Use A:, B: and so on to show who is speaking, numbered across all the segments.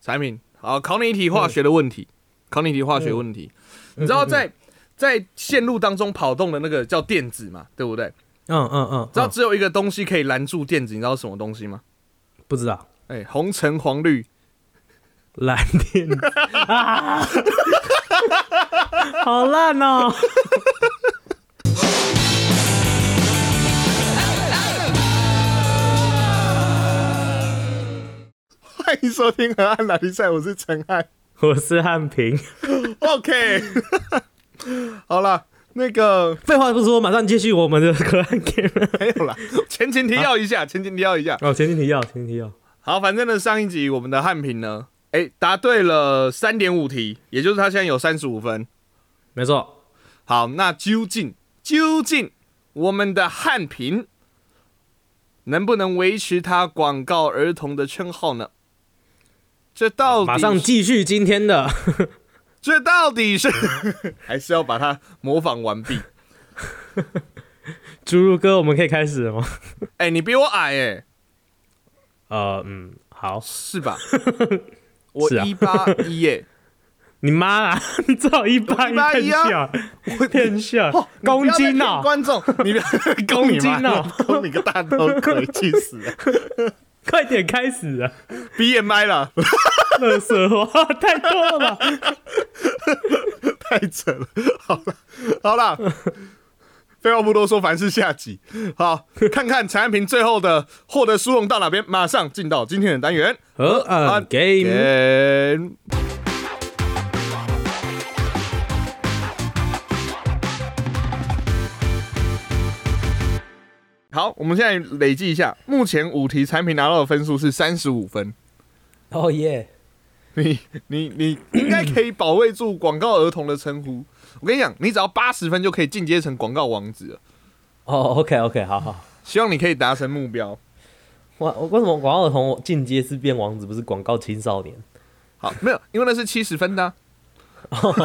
A: 产品，好，考你一题化学的问题，考你一题化学问题。你知道在在线路当中跑动的那个叫电子嘛，对不对？
B: 嗯嗯嗯，
A: 知道
B: 嗯
A: 只有一个东西可以拦住电子，你知道是什么东西吗？
B: 嗯不知道
A: 哎、红橙黄绿，
B: 蓝电啊，好烂哦！
A: 欢迎收听《河岸拉力赛》，我是陈汉。
B: 我是汉平。
A: OK，好了，那个
B: 废话不说，马上接续我们的可爱 game。
A: 没有啦， 啊前情提要一下，前情提要一下。
B: 哦，前进提要，前进提要。
A: 好，反正呢，上一集我们的汉平呢，哎、答对了三点五题，也就是他现在有三十五分。
B: 没错，
A: 好，那究竟究竟我们的汉平能不能维持他广告儿童的称号呢？这到底
B: 马上继续今天的。
A: 这到底是还是要把它模仿完毕？
B: 侏儒哥，我们可以开始了吗？
A: 哎、你比我矮哎、
B: 呃，嗯，好。
A: 是吧？我
B: 是啊
A: 一八一耶，
B: 你妈啊！你最好一哦八
A: 一 八一啊
B: 骗笑，骗笑，公斤
A: 呐，
B: 啊！
A: 观众，你不要攻你妈
B: 公斤啊
A: 攻你个大头鬼，气死了
B: 快点开始啊！
A: ！BMI 了，
B: 乐色话太多了 吧？
A: 太扯了。好了，好了，废话不多说，凡是下集。好，看看陈安平最后的获得殊荣到哪边，马上进到今天的单元。
B: 和岸嗯
A: game。
B: game，
A: 好，我们现在累计一下，目前五题产品拿到的分数是三十五分。
B: 哦耶！
A: 你你你应该可以保卫住广告儿童的称呼。我跟你讲，你只要八十分就可以进阶成广告王子了。
B: 哦，OK OK，好好。
A: 希望你可以达成目标。
B: 哇，我为什么广告儿童进阶是变王子，不是广告青少年？
A: 好，没有，因为那是七十分的、啊，
B: 好啊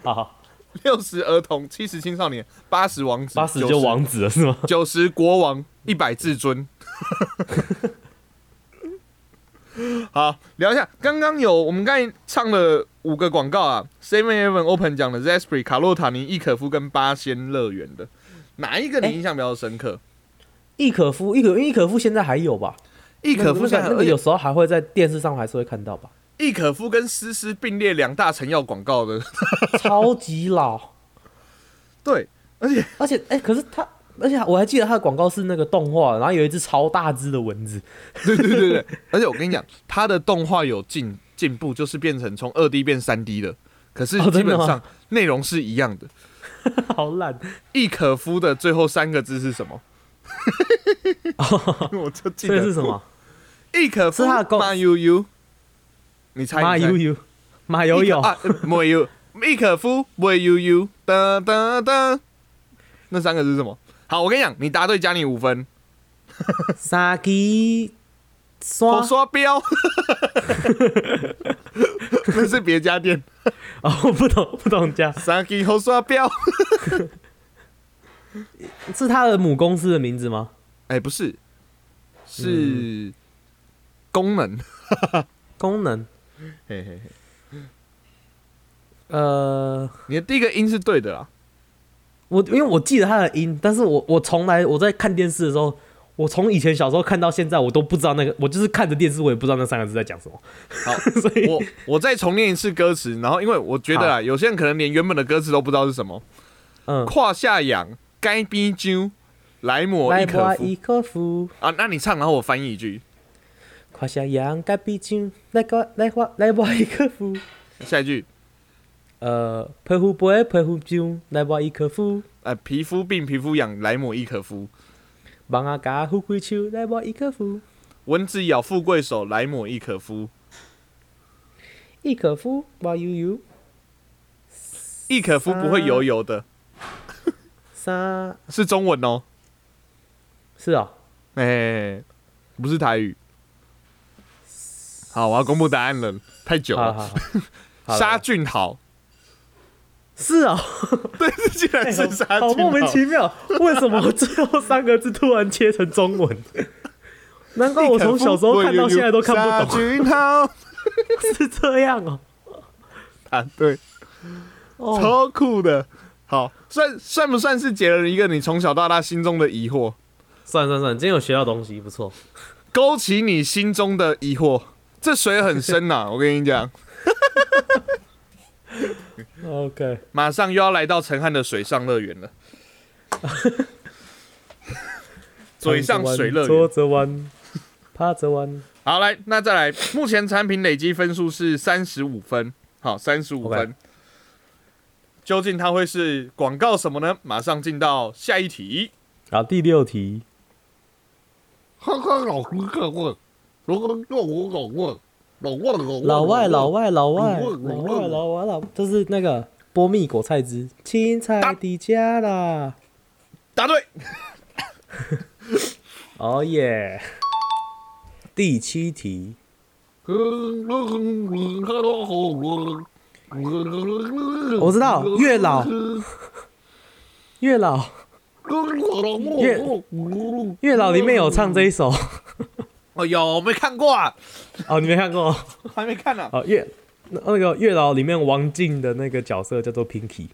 B: 好，
A: 六十儿童，七十青少年，八十王子，
B: 八十就
A: 90
B: 王子了是吗？
A: 九十国王，一百至尊。 好，聊一下，刚刚有我们刚才唱了五个广告啊，Seven Eleven Open 讲的 Zespri、卡洛塔尼、伊可夫跟八仙乐园的，哪一个你印象比较深刻？
B: 易可夫，易可易可夫现在还有吧？
A: 伊可夫
B: 那
A: 现
B: 个
A: 在
B: 那个
A: 而且
B: 有时候还会在电视上还是会看到 吧？
A: 伊可夫跟思思并列两大成药广告 的，
B: 超级老，
A: 对，而且
B: 而且哎、可是他，而且我还记得他的广告是那个动画，然后有一只超大只的蚊子。
A: 对对对 对，而且我跟你讲，它的动画有进进步，就是变成从二 D 变三 D 的，可是
B: 哦真的
A: 基本
B: 吗
A: 上内容是一样的。
B: 好烂，
A: 易可夫的最后三个字是什 么？ 我就记
B: 这
A: 得
B: 哦个是什？么？
A: 易可夫
B: 是他的公
A: 马悠悠，你猜？
B: 马
A: 你猜
B: 悠悠，马悠
A: 易可
B: 悠，
A: 啊，呃没悠， 易可夫没悠悠，哒哒哒，那三个字是什么？好，我跟你讲，你答对加你五分，
B: 沙基哦刷
A: 我刷标， 那是别家店，
B: 哦，我不懂不懂加，
A: 三给后刷标，
B: 是他的母公司的名字吗？
A: 哎，不是，是功能，
B: 功能，
A: 嘿嘿嘿，
B: 呃，
A: 你的第一个音是对的啦。
B: 我因为我记得他的音，但是我我从来我在看电视的时候，我从以前小时候看到现在，我都不知道那个，我就是看着电视，我也不知道那三个字在讲什么。
A: 好
B: 所以
A: 我我再重念一次歌词，然后因为我觉得啊，有些人可能连原本的歌词都不知道是什么。
B: 嗯，
A: 胯下痒，该逼揪，来抹一
B: 来
A: 可
B: 吧，
A: 夫
B: 伊可夫，
A: 啊，那你唱，然后我翻译一句，
B: 胯下羊该比酒，来个来花来吧，伊可夫。
A: 下一句，
B: 呃，佩服不会佩服酒，来吧，伊可夫。
A: 呃，皮肤病皮肤痒，来抹一可夫，
B: 忙啊嘎，富贵手，来吧，伊可夫，
A: 蚊子咬富贵手，来抹一可夫，
B: 伊可夫，哇悠悠，
A: 一可夫不会油油的，
B: 三
A: 是中文哦，
B: 是啊、
A: 哎、不是台语。好，我要公布答案了，太久
B: 哦，好
A: 了。
B: 好好，好
A: 杀
B: 了
A: 菌好，
B: 是啊、
A: 对，竟然是杀菌
B: 哎好莫名其妙，为什么最后三个字突然 切成中文？难怪我从小时候看到现在都看不
A: 杀
B: 懂。
A: 菌好，
B: 是这样哦、
A: 啊，对，
B: 哦，
A: 超酷的。好，算算不算是解了一个你从小到大心中的疑惑，
B: 算算算，今天有学到东西，不错。
A: 勾起你心中的疑惑？这水很深呐、 我跟你讲，
B: OK，
A: 马上又要来到陈汉的水上乐园了。水上水乐
B: 坐
A: 园，
B: 着玩，趴着玩。
A: 好来，那再来，目前产品累积分数是三十五分，好，三十五
B: OK
A: 分。究竟它会是广告什么呢？马上进到下一题。
B: 好，第六题，
C: 哈哈，老师在问，老师叫我老问，老问老问
B: 老外，老外，老外，
C: 你
B: 老
C: 问你
B: 外，
C: 问
B: 老外，老，这是那个波蜜果菜汁，青菜底加啦。
A: 答对，
B: 哦耶！第七题，
C: 我
B: 我知道月老月老，月月老里面有唱这一首
A: 嗯哦，有没看过啊？
B: 哦，你没看过
A: 还没看呢、啊
B: 哦？月那那个月老里面王静的那个角色叫做 Pinky，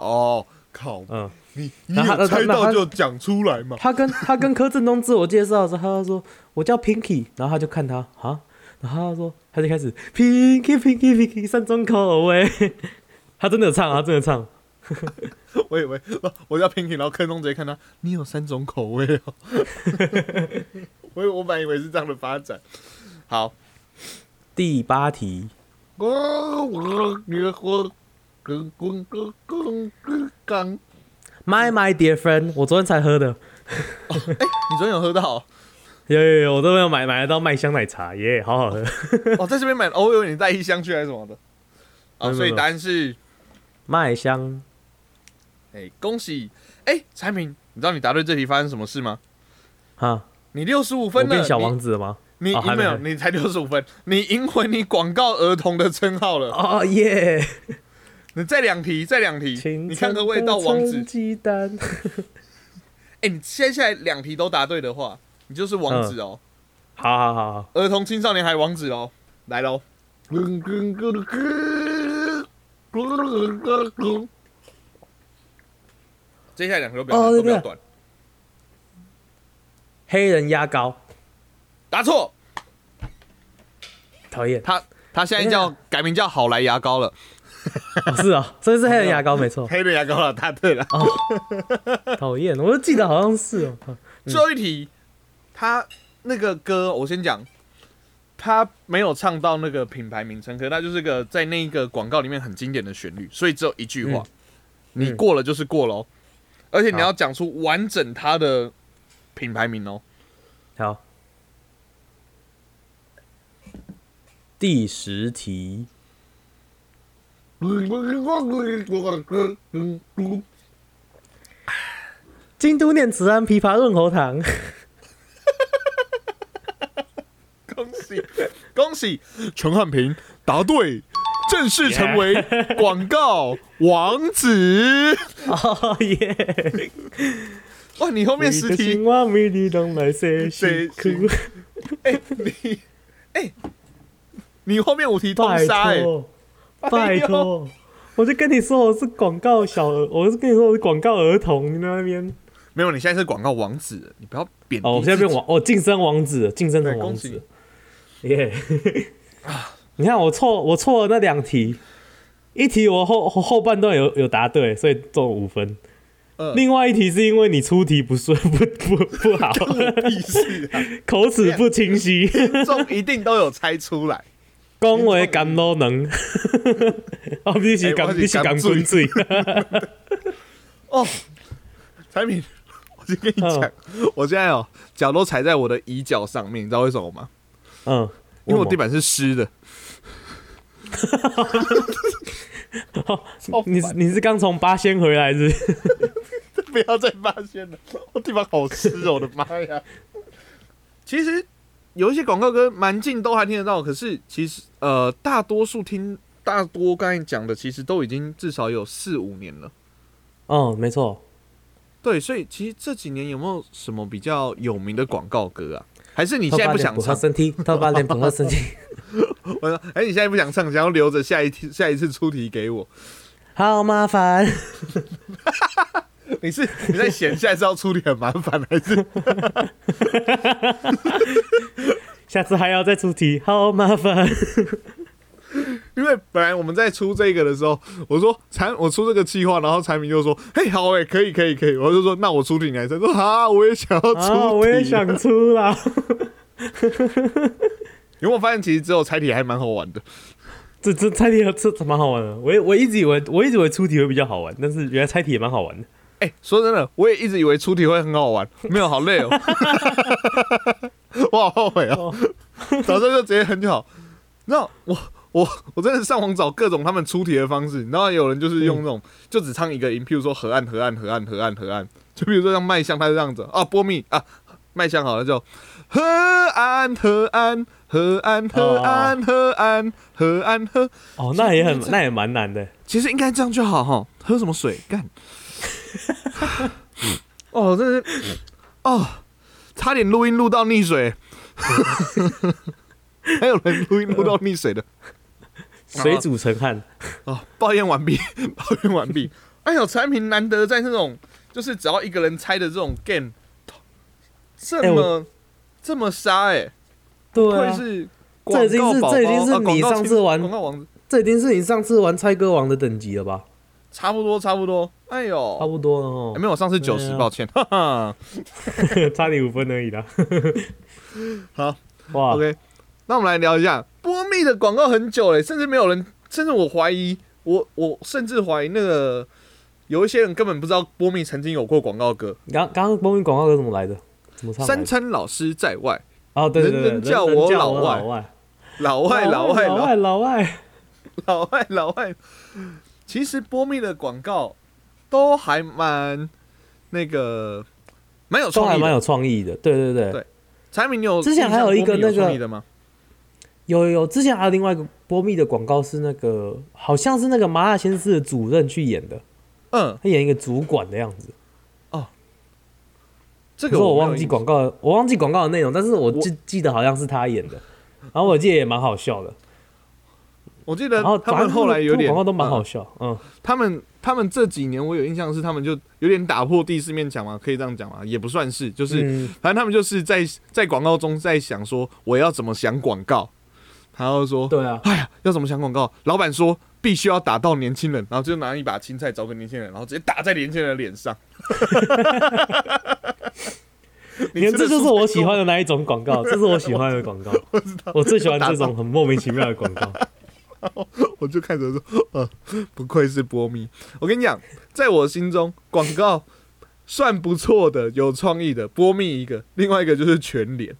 A: 哦，靠，
B: 嗯，
A: 你你
B: 那他
A: 有猜
B: 那他
A: 到就讲出来嘛。
B: 他跟他跟柯震东自我介绍的时候，他说我叫 Pinky，然后他就看他啊，然后他说他就开始 Pinky Pinky Pinky 三种口味， 他真的有唱啊，他真的唱，
A: 我以为 我叫 Pinky，然后坑中直接看他，你有三种口味哦。 我我本来以为是这样的发展。好，
B: 第八题，My My Dear Friend，我昨天才喝的，
A: 你昨天有喝到哦？
B: 有有有，我都没有买买得到麦香奶茶，耶、好好喝。
A: 哦在这边买，哦，我以为你带一箱去还是什么的。
B: 没有
A: 哦，
B: 没有
A: 所以答案是，
B: 麦香
A: 哎、恭喜，哎、产品，你知道你答对这题发生什么事吗？
B: 哈，
A: 你六十五
B: 我
A: 分了，
B: 变小
A: 你
B: 王子了吗？
A: 你
B: 哦
A: 赢
B: 还没
A: 没有？
B: 还
A: 你才六十五分，你赢回你广告儿童的称号了。
B: 哦耶！
A: 你再两题，再两题，你看可不可以到王子？
B: 鸡蛋，
A: 哎、你接下来两题都答对的话，你就是王子哦，
B: 嗯好好好好，
A: 儿童青少年还王子哦。来喽，接下来两题都比较、
B: 哦
A: 难，
B: 对
A: 都比较
B: 对
A: 短。
B: 黑人牙膏，
A: 答错，
B: 讨厌，
A: 他他现在
B: 等一下
A: 叫改名叫好来牙膏了，
B: 哦是啊，所以是黑人牙膏没错，
A: 黑的牙膏了，答对了。
B: 讨厌，我就记得好像是哦，
A: 最后一题，他那个歌我先讲，他没有唱到那个品牌名称，可是他就是个在那个广告里面很经典的旋律，所以只有一句话，你过了就是过喽，而且你要讲出完整它的品牌名哦。
B: 好。第十题，京都念慈庵枇杷润喉糖，
A: 恭喜恭喜，陈汉平答对，正式成为广告王子。
B: 哦耶！
A: 哇，你后面十题
B: 我每日拢来洗身躯，
A: 你，哎、你后面五题通
B: 拜
A: 杀哎、
B: 托，拜
A: 哎呦，
B: 托，我就跟你说我是广告小儿，我是跟你说我是广告儿童，你在那边。
A: 没有，你现在是广告王子了，你不要贬低。
B: 哦，我现在变，王，哦，晋升王子了，晋升成
A: 对
B: 王
A: 恭喜啊
B: 子 了，耶！你看我错，我错了那两题，一题我后后后半段有有答对，所以中五分。
A: 呃
B: 另外一题是因为你出题不顺，不不不 好，
A: 屁事啊！
B: 口齿不 清晰，
A: 听众一定都有猜出 来，
B: 恭维感都 能，哦，你是
A: 哎我
B: 感
A: 是
B: 你是
A: 感
B: 感滚水，
A: 哦产品。我先跟你讲
B: 嗯，
A: 我现在哦，脚都踩在我的椅脚上面，你知道为什么吗？
B: 嗯，
A: 因为我地板是湿的。
B: 你是你是刚从八仙回来是不是？
A: 不要再发现了，我地板好湿哦，我的妈呀！ 其实有一些广告歌蛮近都还听得到，可是其实呃，大多数听大多刚才讲的，其实都已经至少有四五年了。
B: 嗯，没错。
A: 对，所以其实这几年有没有什么比较有名的广告歌啊？还是你
B: 头
A: 现在
B: 把
A: 不
B: 脸
A: 想
B: 不
A: 唱
B: 好？身体，头把脸不好 身体。
A: 我说，哎、你现在不想唱，想要留着下一题下一次出题给我？
B: 好麻烦，
A: 你是你在嫌下一次要出题很麻烦，还是
B: 下次还要再出题，好 麻烦。
A: 因为本来我们在出这个的时候，我说产我出这个计划，然后产品就说，嘿，好哎、可以可以可以，我就说那我出题你来唱，说啊，我也想要出题、
B: 啊，我也想。出啦。
A: 有没有发现其实只有猜题还蛮好玩的？
B: 这这猜题这这蛮好玩的，我也我一直以为我一直以为出题会比较好玩，但是原来猜题也蛮好玩的。
A: 哎、说真的，我也一直以为出题会很好玩，没有，好累哦，我好后悔哦， 早知道就直接很好。那我我我真的上网找各种他们出题的方式，你知道有人就是用那种、就只唱一个音，譬如说河岸河岸河岸河岸河岸，就比如说像麦香，他是这样子啊，波蜜啊，麦香好了就河岸河岸河岸河岸河岸河岸河，
B: 哦，那也很那也蛮难的。
A: 其实应该这样就好哈，喝什么水 干？哦，真的是，哦，差点录音录到溺水， 还有人录音录到溺水的
B: 水煮成汉，
A: 哦，抱怨完毕， 抱怨完毕。哎呦，产品难得在这种就是只要一个人猜的这种 game，这
B: 哎
A: 么、
B: 我
A: 这么杀哎、
B: 对
A: 会
B: 啊，
A: 是
B: 这
A: 广
B: 已经
A: 告
B: 是
A: 宝宝
B: 这已经是
A: 啊广
B: 你
A: 告
B: 上
A: 青
B: 次玩
A: 广告王子，
B: 这已经是你上次玩猜歌王的等级了吧？
A: 差不多差不多。哎呦，
B: 差不多了
A: 哎
B: 哦，
A: 没有，我上次九
B: 对
A: 十，
B: 啊
A: 抱歉，哈哈。
B: 差你五分而已啦。
A: 好，
B: 哇
A: OK，那我们来聊一下波蜜的广告很久嘞，甚至没有人，甚至我怀疑，我我甚至怀疑那个有一些人根本不知道波蜜曾经有过广告歌，
B: 刚刚刚公益广告歌怎么来的？怎么唱来
A: 三
B: 着？
A: 餐老师在外，
B: 哦，对对
A: 人
B: 对，
A: 人叫我老外
B: 外，
A: 老外老外
B: 哦老
A: 老
B: 外老外，
A: 老外老外。其实波蜜的广告都还蛮那个蛮有
B: 都还
A: 创意
B: 蛮
A: 的。
B: 有创意的。对对对，
A: 对产品你有
B: 之前还有一个
A: 印象波蜜
B: 那个
A: 创意的吗？
B: 有有有，之前还有另外一个波蜜的广告是那个，好像是那个麻辣鲜师的主任去演的，
A: 嗯，
B: 他演一个主管的样子。
A: 这
B: 可
A: 个
B: 是我
A: 没有
B: 忘记
A: 印
B: 广告，我忘记广告的内容，但是我
A: 我
B: 记记得好像是他演的，然后我记得也蛮好笑的，
A: 我记得
B: 然后
A: 他
B: 反正
A: 们后来有
B: 这个
A: 点
B: 广告都蛮
A: 嗯
B: 好笑，嗯，
A: 他们他们这几年我有印象是他们就有点打破第四面墙嘛，可以这样讲嘛，也不算是，就是、
B: 嗯
A: 反正他们就是在在广告中在想说我要怎么想广告，然后说
B: 对啊，
A: 哎呀要怎么想广告，老板说必须要打到年轻人，然后就拿一把青菜找个年轻人，然后直接打在年轻人的脸 上。你
B: 连
A: 吃
B: 这
A: 的
B: 就
A: 蔬
B: 是
A: 菜
B: 我
A: 够
B: 喜欢的那一种广 告，这是我喜欢的广告，我最喜欢这种很莫名其妙的广 告，
A: 我就看着说，呃，不愧是波米。我跟你讲，在我心中，广告算不错的，有创意的，波密一个，另外一个就是全脸。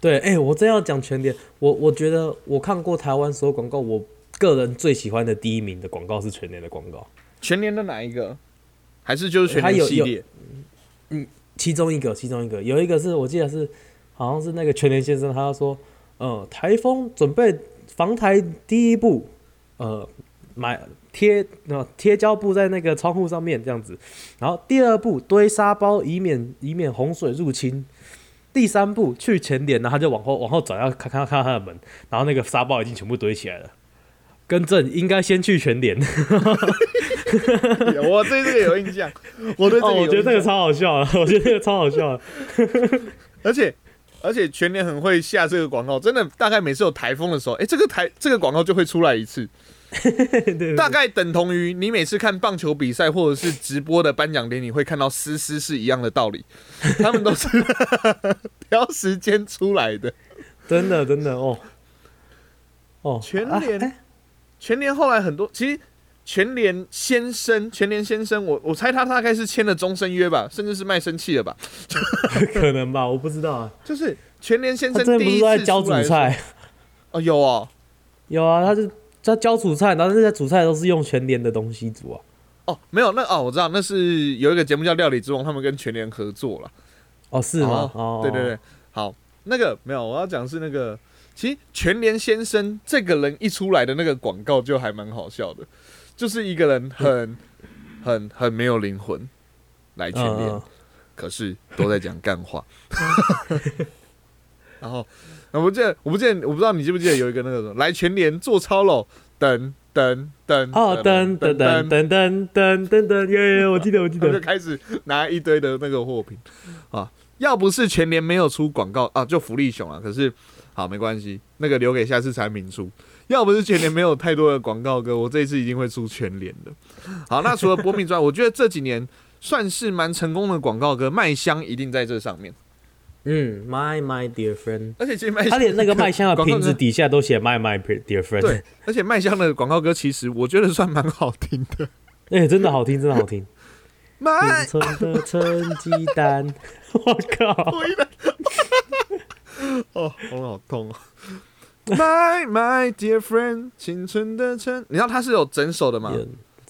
B: 对，哎、我真要讲全脸，我我觉得我看过台湾所有广告，我个人最喜欢的第一名的广告是全脸的广告，
A: 全年的哪一个？还是就是全
B: 它
A: 年
B: 有
A: 系列？
B: 其中一个，其中一个有一个是我记得是好像是那个全联先生，他说，呃，台风准备防台第一步，呃，买贴呃贴胶布在那个窗户上面这样子，然后第二步堆沙包，以免以免洪水入侵。第三步去前点，然后他就往后往后转，要看看看他的门，然后那个沙包已经全部堆起来了。更正，应该先去全脸。
A: 有我对这个有印象， 我对这
B: 哦，
A: 个有
B: 我
A: 印象、
B: 觉得这个超好笑的，我觉得这个超好笑的。
A: 而且而且全年很会下这个广告，真的大概每次有台风的时候，哎、这个台这个广告就会出来一次，
B: 对对对
A: 大概等同于你每次看棒球比赛或者是直播的颁奖典礼会看到思思是一样的道理，他们都是 挑时间出来的。
B: 真的真的哦哦，
A: 全
B: 啊
A: 联
B: 哎
A: 全联后来很多，其实全联先生，全联先生，我我猜他大概是签了终身约吧，甚至是卖身契了吧。
B: 哎可能吧，我不知道啊。
A: 就是全联先
B: 他
A: 生
B: 之前不
A: 第
B: 是
A: 一
B: 都在
A: 次
B: 教
A: 出
B: 煮
A: 来的时候
B: 菜？
A: 哦，有哦
B: 有啊，他是他教煮菜，然后那些煮菜都是用全联的东西煮啊。
A: 哦，没有那哦，我知道那是有一个节目叫《料理之王》，他们跟全联合作了。
B: 哦，是吗？哦，
A: 对对对，好，那个没有，我要讲是那个，其实全联先生这个人一出来的那个广告就还蛮好笑的，就是一个人很、很很没有灵魂来全
B: 嗯，
A: 联，
B: 嗯
A: 可是都在讲干话。 然后，我不记得，我不记得，我不知道你记不记得有一个那个什么来全联做操喽，等等等，
B: 哦，噔噔噔，噔噔噔噔噔，耶 耶！我记得，我记
A: 他们就
B: 得，
A: 开始拿一堆的那个货品啊。要不是全联没有出广告啊，就福利熊啊。可是好没关系，那个留给下次产品出。要不是全联没有太多的广告歌，我这一次一定会出全联的。好，那除了波米之外，我觉得这几年算是蛮成功的广告歌，麦香一定在这上面。
B: 嗯，My My dear friend，
A: 而且其实麦
B: 他
A: 香
B: 连那个麦香的
A: 广告
B: 瓶子
A: 歌
B: 底下都写 My My dear friend，
A: 对，而且麦香的广告歌其实我觉得算蛮好听的。
B: 哎、真的好听，真的好听。
A: 麦
B: 永存的成鸡蛋， 我靠！
A: 哦，喉咙好痛哦。My my dear friend，青春的城，你知道它是有整首的吗？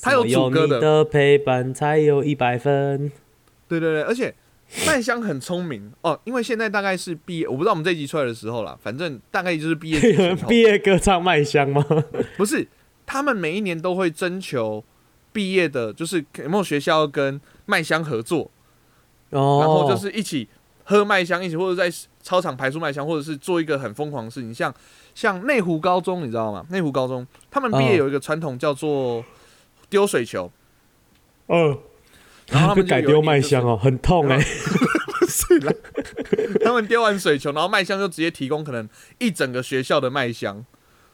A: 它有主歌
B: 有你
A: 的，
B: 的陪伴才有一百分。
A: 对对对，而且麦香很聪明哦，因为现在大概是毕业，我不知道我们这一集出来的时候啦，反正大概就是 毕业
B: 有
A: 季前
B: 人
A: 后
B: 毕，业歌唱麦香吗？
A: 不是，他们每一年都会征求毕业的，就是有没有学校要跟麦香合作，
B: 哦，
A: 然后就是一起喝麦香，一起或者在操场排出麦香，或者是做一个很疯狂的事情，像像内湖高中，你知道吗？内湖高中他们毕业
B: 嗯
A: 有一个传统叫做丢水球，
B: 嗯，
A: 然后他
B: 就
A: 们就
B: 改
A: 有
B: 丢
A: 一
B: 麦
A: 年就是
B: 香哦，很痛哎、
A: 他们丢完水球，然后麦香就直接提供可能一整个学校的麦香，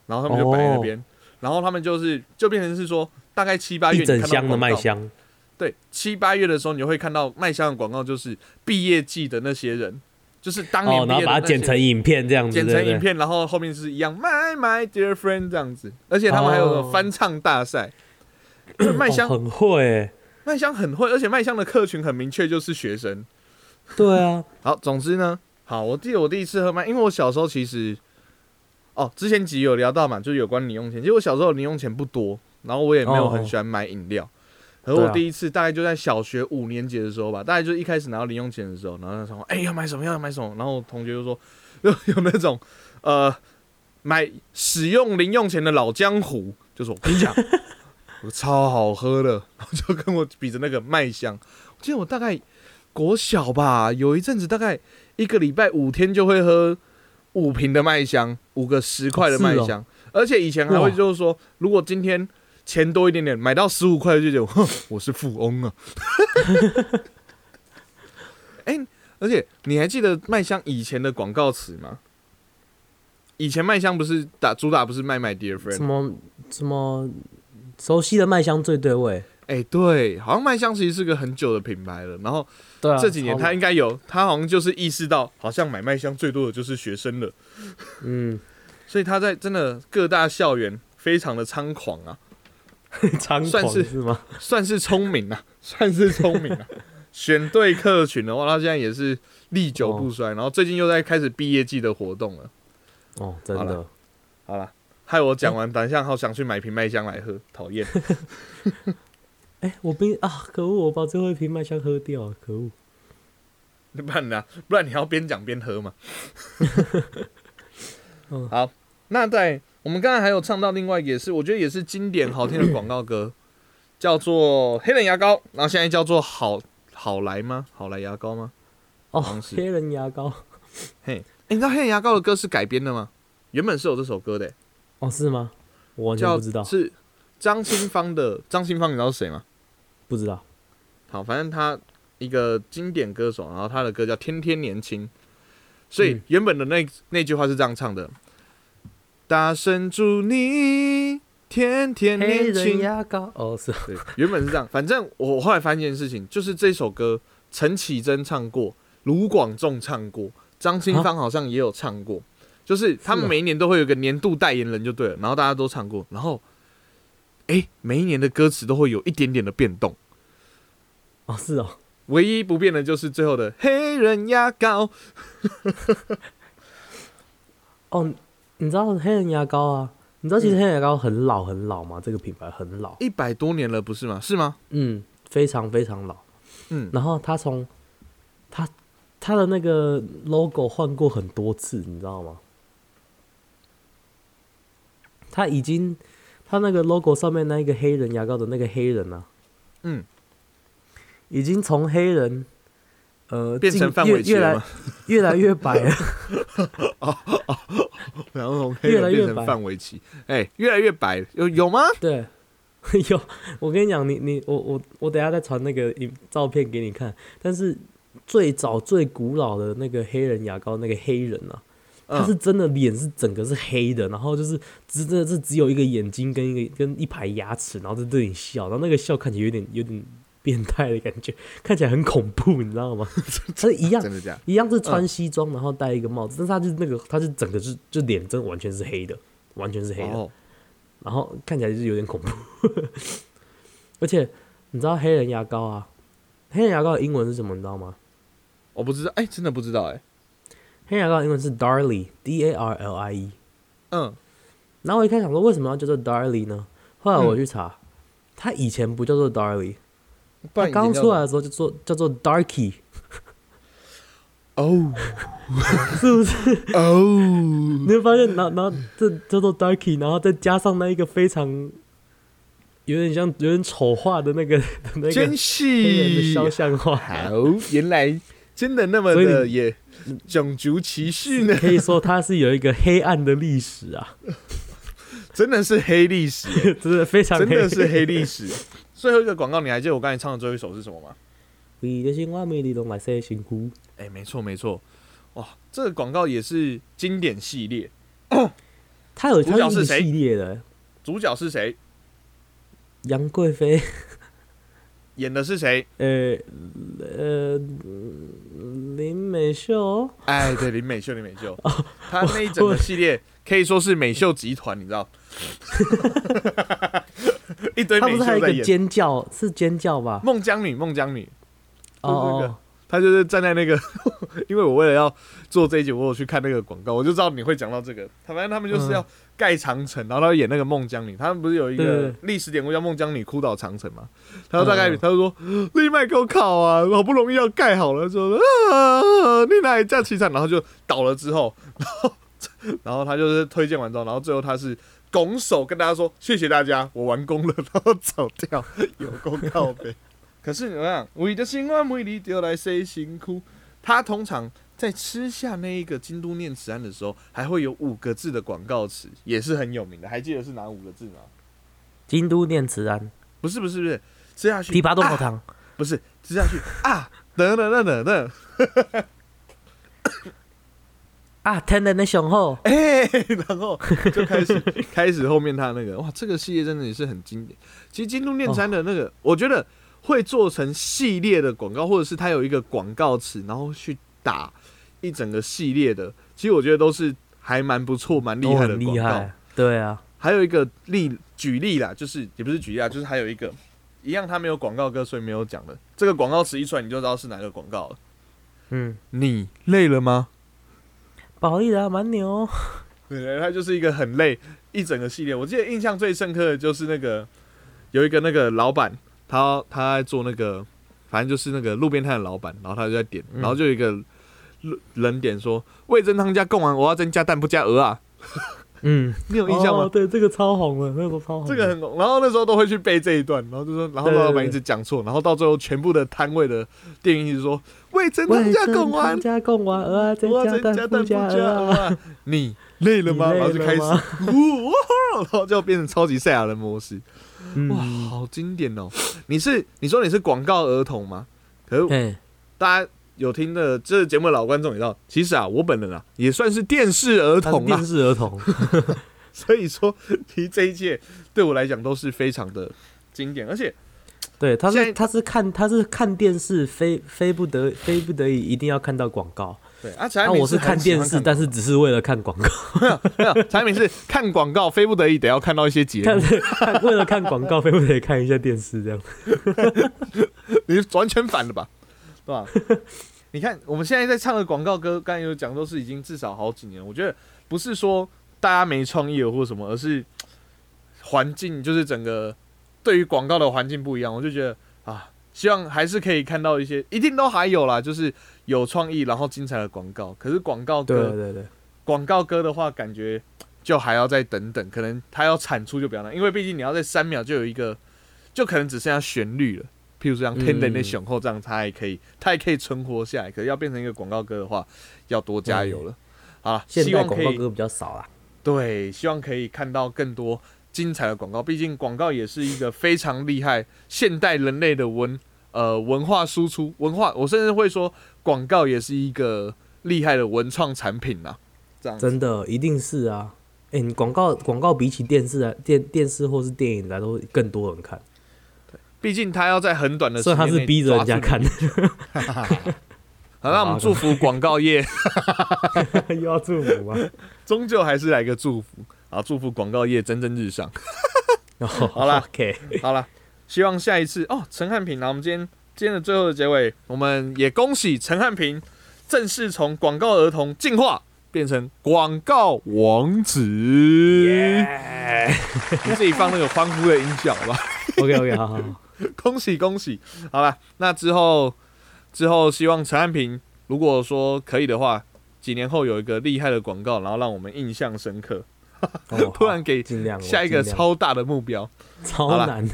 A: 然后他们就摆在那
B: 哦
A: 边，然后他们就是就变成是说大概七八月
B: 一
A: 你看
B: 整
A: 到
B: 箱的
A: 广告
B: 麦，香。
A: 对，七八月的时候你就会看到麦香的广告，就是毕业季的那些人，就是当年
B: 哦，
A: 毕
B: 然
A: 业的
B: 后把它
A: 那
B: 剪
A: 些
B: 成影片这样子，
A: 剪成
B: 对不对
A: 影。片，然后后面是一样 My My Dear Friend 这样子，而且他们还有
B: 哦
A: 翻唱大赛。 麦
B: 哦、
A: 香
B: 很会、欸，
A: 麦香很会，而且麦香的客群很明确，就是学生。
B: 对啊，
A: 好，总之呢，好，我记得我第一次喝麦，因为我小时候其实，哦，之前集有聊到嘛，就是有关零用钱，其实我小时候零用钱不多，然后我也没有
B: 哦
A: 很喜欢买饮料。可是我
B: 对啊
A: 第一次大概就在小学五年级的时候吧，大概就一开始拿到零用钱的时候，然后他说：“哎、要买什么？要买什么？”然后我同学就说：“ 有有那种呃，买使用零用钱的老江湖，就是我跟你 讲，我超好喝的。”然后就跟我比着那个麦香，我记得我大概国小吧，有一阵子大概一个礼拜五天就会喝五瓶的麦香，五个十块的麦香，而且以前还会
B: 哇
A: 就是说，如果今天钱多一点点，买到十五块就觉得 哼我是富翁啊。 哎、而且你还记得麦香以前的广告词吗？以前麦香不是打主打不是卖卖 dear
B: 什
A: friend，
B: 么什么熟悉的麦香最对味，
A: 哎、对，好像麦香其实是个很久的品牌了。然后
B: 对啊，
A: 这几年
B: 超
A: 他应该有，他好像就是意识到，好像买麦香最多的就是学生了，
B: 嗯
A: 所以他在真的各大校园非常的猖狂啊，
B: 猖
A: 算
B: 狂
A: 是
B: 是吗？
A: 算是聪明啊， 算是聪明啊。选对客群的话，他现在也是历久不衰。然后最近又在开始毕业季的活动了。
B: 哦，真
A: 好
B: 的
A: 了。好了，害我讲完，等一下好想去买瓶麦香来喝，讨厌。
B: 哎、我冰啊，可恶！我把最后一瓶麦香喝掉了，可恶！
A: 不然呢？不然你要边讲边喝嘛。
B: 嗯
A: 好，那在我们刚才还有唱到另外一个也是，我觉得也是经典好听的广告歌，叫做《黑人牙膏》，然后现在叫做好好来吗？好来牙膏吗？
B: 哦
A: 好像，是
B: 黑人牙膏，
A: 哎、你知道黑人牙膏的歌是改编的吗？原本是有这首歌的、
B: 哦，是吗？我完全
A: 叫
B: 不知道，
A: 是张清芳的。张清芳你知道是谁吗？
B: 不知道。
A: 好，反正他一个经典歌手，然后他的歌叫《天天年轻》，所以
B: 嗯
A: 原本的那那句话是这样唱的：大声祝你天天
B: 黑
A: 年
B: 人
A: 轻。
B: 牙膏，哦，是
A: 对，原本是这样。反正我后来发现一件事情，就是这首歌陈绮贞唱过，卢广仲唱过，张清芳好像也有唱过，就是他们
B: 是啊
A: 每一年都会有一个年度代言人就对了，然后大家都唱过，然后哎、诶每一年的歌词都会有一点点的变动。
B: 哦，是哦，
A: 唯一不变的就是最后的黑人牙膏。
B: 哦，你知道黑人牙膏啊？你知道其实黑人牙膏很老很老吗？这个品牌很老，
A: 一百多年了，不是吗？是吗？
B: 嗯，非常非常老。
A: 嗯，
B: 然后它从它它的那个 logo 换过很多次，你知道吗？它已经它那个 logo 上面那一个黑人牙膏的那个黑人啊，
A: 嗯，
B: 已经从黑人呃
A: 变成
B: 近
A: 范
B: 越
A: 玮琪
B: 越
A: 了
B: 来
A: 吗
B: 越来越白了。
A: 然后从黑
B: 越来
A: 人
B: 越
A: 变成
B: 白
A: 范玮琪，哎、越来越白，有有吗？
B: 对， 有，我跟你讲，你你我我我等一下再传那个影照片给你看。但是最早最古老的那个黑人牙膏，那个黑人啊，他是
A: 嗯，
B: 真的脸是整个是黑的，然后就是只真的是只有一个眼睛跟一个跟一排牙齿，然后在对你笑，然后那个笑看起来有点有点变态的感觉，看起来很恐怖，你 知道吗？他一样
A: 真的嗯假的？
B: 一样是穿西装，然后戴一个帽子，但是他就是那个他就整个是就脸真的完全是黑的，完全是黑的。
A: 哦，
B: 然后看起来就是有点恐怖。 而且你知道黑人牙膏啊，黑人牙膏的英文是什么？你知道吗？
A: 我不知道，哎、真的不知道、哎，
B: 黑人牙膏的英文是 Darlie，D A R L I E。
A: 嗯，
B: 然后我一开始想说为什么要叫做 Darlie 呢？后来我去查，它以前不叫做 Darlie，
A: 不
B: 它
A: 然
B: 刚
A: 你叫
B: 出来的时候就做叫做 Darkie，
A: 哦
B: 是不是？
A: 哦，
B: 你会发现，然后然后这叫做 Darkie，然后再加上那一个非常有点像有点丑化的那个 那个
A: 真
B: 黑人的
A: 是
B: 肖像画，
A: 好，原来真的那么
B: 所
A: 的
B: 以
A: 也种族歧视呢，
B: 可以说它是有一个黑暗的历史啊，
A: 真的是黑历史、哎
B: 真的非常黑。
A: 真的是黑历史。最后一个广告，你还记得我刚才唱的最后一首是什么吗？
B: 你的心外面你拢来说辛苦，
A: 哎、没错没错，哇，这个广告也是经典系列。
B: 它有
A: 主
B: 它
A: 角
B: 是
A: 是
B: 一
A: 谁
B: 系列的，
A: 主角是谁？
B: 杨贵妃，
A: 演的是谁？
B: 呃呃，林美秀，
A: 哎，对，林美秀，林美 秀，她那一整个系列可以说是美秀集团，你知道？ 一堆
B: 她
A: 美
B: 不是还有
A: 秀
B: 一
A: 在
B: 个
A: 演。
B: 尖叫，是尖叫吧？
A: 孟姜女，孟姜女，这
B: 哦
A: 个，她就是站在那个， 因为我为了要做这一集，我有去看那个广告，我就知道你会讲到这个。他反正他们
B: 嗯
A: 就是要盖长城，然后他演那个孟姜女，他们不是有一
B: 对对
A: 个
B: 对
A: 历史典故叫孟姜女哭倒长城嘛？他就大概
B: 嗯
A: 他就说，立麦给我烤啊，好不容易要盖好了，说啊，你哪里架起场，然后就倒了之后，然后然后他就是推荐完之后，然后最后他是。拱手跟大家说谢谢大家，我完工了，然后走掉，有功告呗。 可是你们想，我的心安为你丢来 say 辛苦，他通常在吃下那一个京都念慈庵的时候，还会有五个字的广告词，也是很有名的。还记得是哪五个字吗？
B: 京都念慈庵，
A: 不是不是不是，吃下去
B: 第八洞口
A: 啊
B: 堂，
A: 不是吃 下去啊，等等等等等，
B: 啊，天然的雄厚，
A: 哎、然 后就开始开始后面他那个哇，这个系列真的也是很经典。其实京都念慈庵的那个，我觉得会做成系列的广告，或者是它有一个广告词，然后去打一整个系列的，其实我觉得都是还蛮不错、哦蛮厉
B: 都
A: 害的
B: 哦很
A: 广
B: 厉
A: 告
B: 害。，对啊，
A: 还有一个例举例啦，就是也不是举例啦，就是还有一个一样，他没有广告歌，所以没有讲的。这个广告词一出来，你就知道是哪个广告了。
B: 嗯，
A: 你累了吗？
B: 宝利达蛮牛，
A: 对，它就是一个很累一整个系列。我记得印象最深刻的就是那个有一个那个老板，他他在做那个，反正就是那个路边摊的老板，然后他就在点，
B: 嗯
A: 然后就有一个路人点说味增汤加贡丸，我要增加蛋不加鹅 啊，
B: 嗯，
A: 你有印象吗？
B: 哦对，这个超红的，那个超红的，
A: 这个很，然后那时候都会去背这一段，然后就说，然后
B: 对对对
A: 老板一直讲错，然后到最后全部的摊位的店员一直说味 噌汤
B: 味
A: 加
B: 增
A: 贡丸
B: 汤，加贡丸，鹅啊，再
A: 哇
B: 加
A: 增
B: 蛋
A: 加
B: 不
A: 蛋
B: 加鹅啊
A: 鹅 啊，你累了吗？
B: 你累
A: 然后就
B: 了
A: 开始，
B: 吗
A: 呜哇，然后就变成超级赛亚人模式，哇，
B: 嗯，
A: 好经典哦！你是你说你是广告儿童吗？可是
B: 哎，
A: 大家有听的这个节目的老观众也知道，其实啊，我本人啊也算是电视儿
B: 他是
A: 童啊
B: 电，视儿童，
A: 所以说其实这一届对我来讲都是非常的经典，而且。
B: 对，他
A: 现在
B: 是他是看他是看电视，非非不得非不得已一定要看到广告。
A: 对啊，
B: 那、
A: 产品
B: 我是看电视， 但是只是为了看广告，
A: 是产品是看广告，非不得已得要看到一些节
B: 但
A: 目，
B: 是看为了看广告，非不得已看一下电视这样。
A: 你完全反了吧， 对吧？你看我们现在在唱的广告歌，刚才有讲都是已经至少好几年了，我觉得不是说大家没创意了或什么，而是环境就是整个对于广告的环境不一样，我就觉得啊，希望还是可以看到一些，一定都还有啦，就是有创意然后精彩的广告，可是广告
B: 对
A: 歌
B: 对对，
A: 广告歌的话，感觉就还要再等等，可能它要产出就比较难，因为毕竟你要在三秒就有一个，就可能只剩下旋律了。譬如说
B: 嗯
A: 像 Tender 那雄厚这样，它还可以，它还可以存活下来。可是要变成一个广告歌的话，要多加油了。好了，
B: 嗯现
A: 希
B: 代
A: 望
B: 广
A: 可
B: 告
A: 以
B: 歌比较少啊啦。
A: 对，希望可以看到更多精彩的广告。毕竟广告也是一个非常厉害现代人类的文呃文化输出，文化我甚至会说广告也是一个厉害的文创产品呐。这样子
B: 真的一定是啊！哎、你广告广告比起电视来电电视或是电影来都更多人看，
A: 毕竟他要在很短的时
B: 虽
A: 间
B: 然他
A: 内
B: 是逼着人家
A: 抓住
B: 看
A: 你。，好，那我们祝福广告业，
B: 又要祝福啊吗？
A: 终究还是来个祝福啊！祝福广告业蒸蒸日 上。
B: 好
A: 啦
B: 哦，OK，
A: 好了，希望下一次哦，陈汉平。那我们今天今天的最后的结尾，我们也恭喜陈汉平正式从广告儿童进化变成广告王子。你 自己放那个欢呼的音效吧。
B: OK OK，好好好，
A: 恭喜恭喜！好了，那之后之后，希望陈汉平如果说可以的话，几年后有一个厉害的广告，然后让我们印象深刻。
B: 哦
A: 突然给
B: 尽量我
A: 下一个
B: 尽量
A: 超大的目标。
B: 超
A: 好啦
B: 难，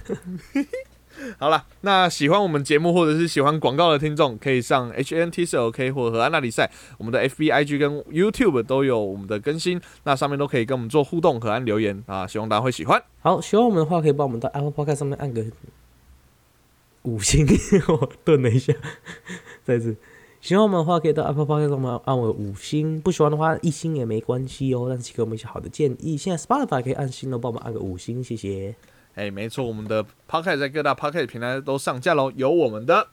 A: 好了，那喜欢我们节目或者是喜欢广告的听众，可以上 HNT 是 OK 或和安娜里赛，我们的 FB、IG 跟 YouTube 都有我们的更新，那上面都可以跟我们做互动和按留言啊，希望大家会喜欢。
B: 好，喜欢我们的话，可以帮我们到 Apple Podcast 上面按个五星。 我顿了一下， 再一次。喜欢我们的话，可以到 Apple Podcast 上面按我五星。不喜欢的话，一星也没关系哦，但是给我们一些好的建议。现在 Spotify 可以按星了，哦帮我们按个五星，谢谢。
A: 哎、没错，我们的 Podcast 在各大 Podcast 平台都上架喽，有我们的。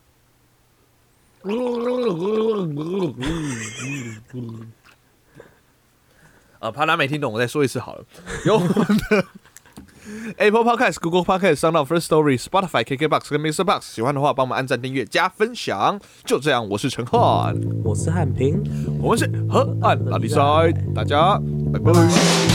A: 啊，怕他没听懂，我再说一次好了。 有我们的 Apple Podcast、Google Podcast、Sound On First Story、Spotify、KKBox 跟 Mr. Box，喜欢的话帮我们按赞、订阅、加分享。就这样，我是陈汉，
B: 我是汉平，
A: 我们是河岸拉力赛，大家拜拜。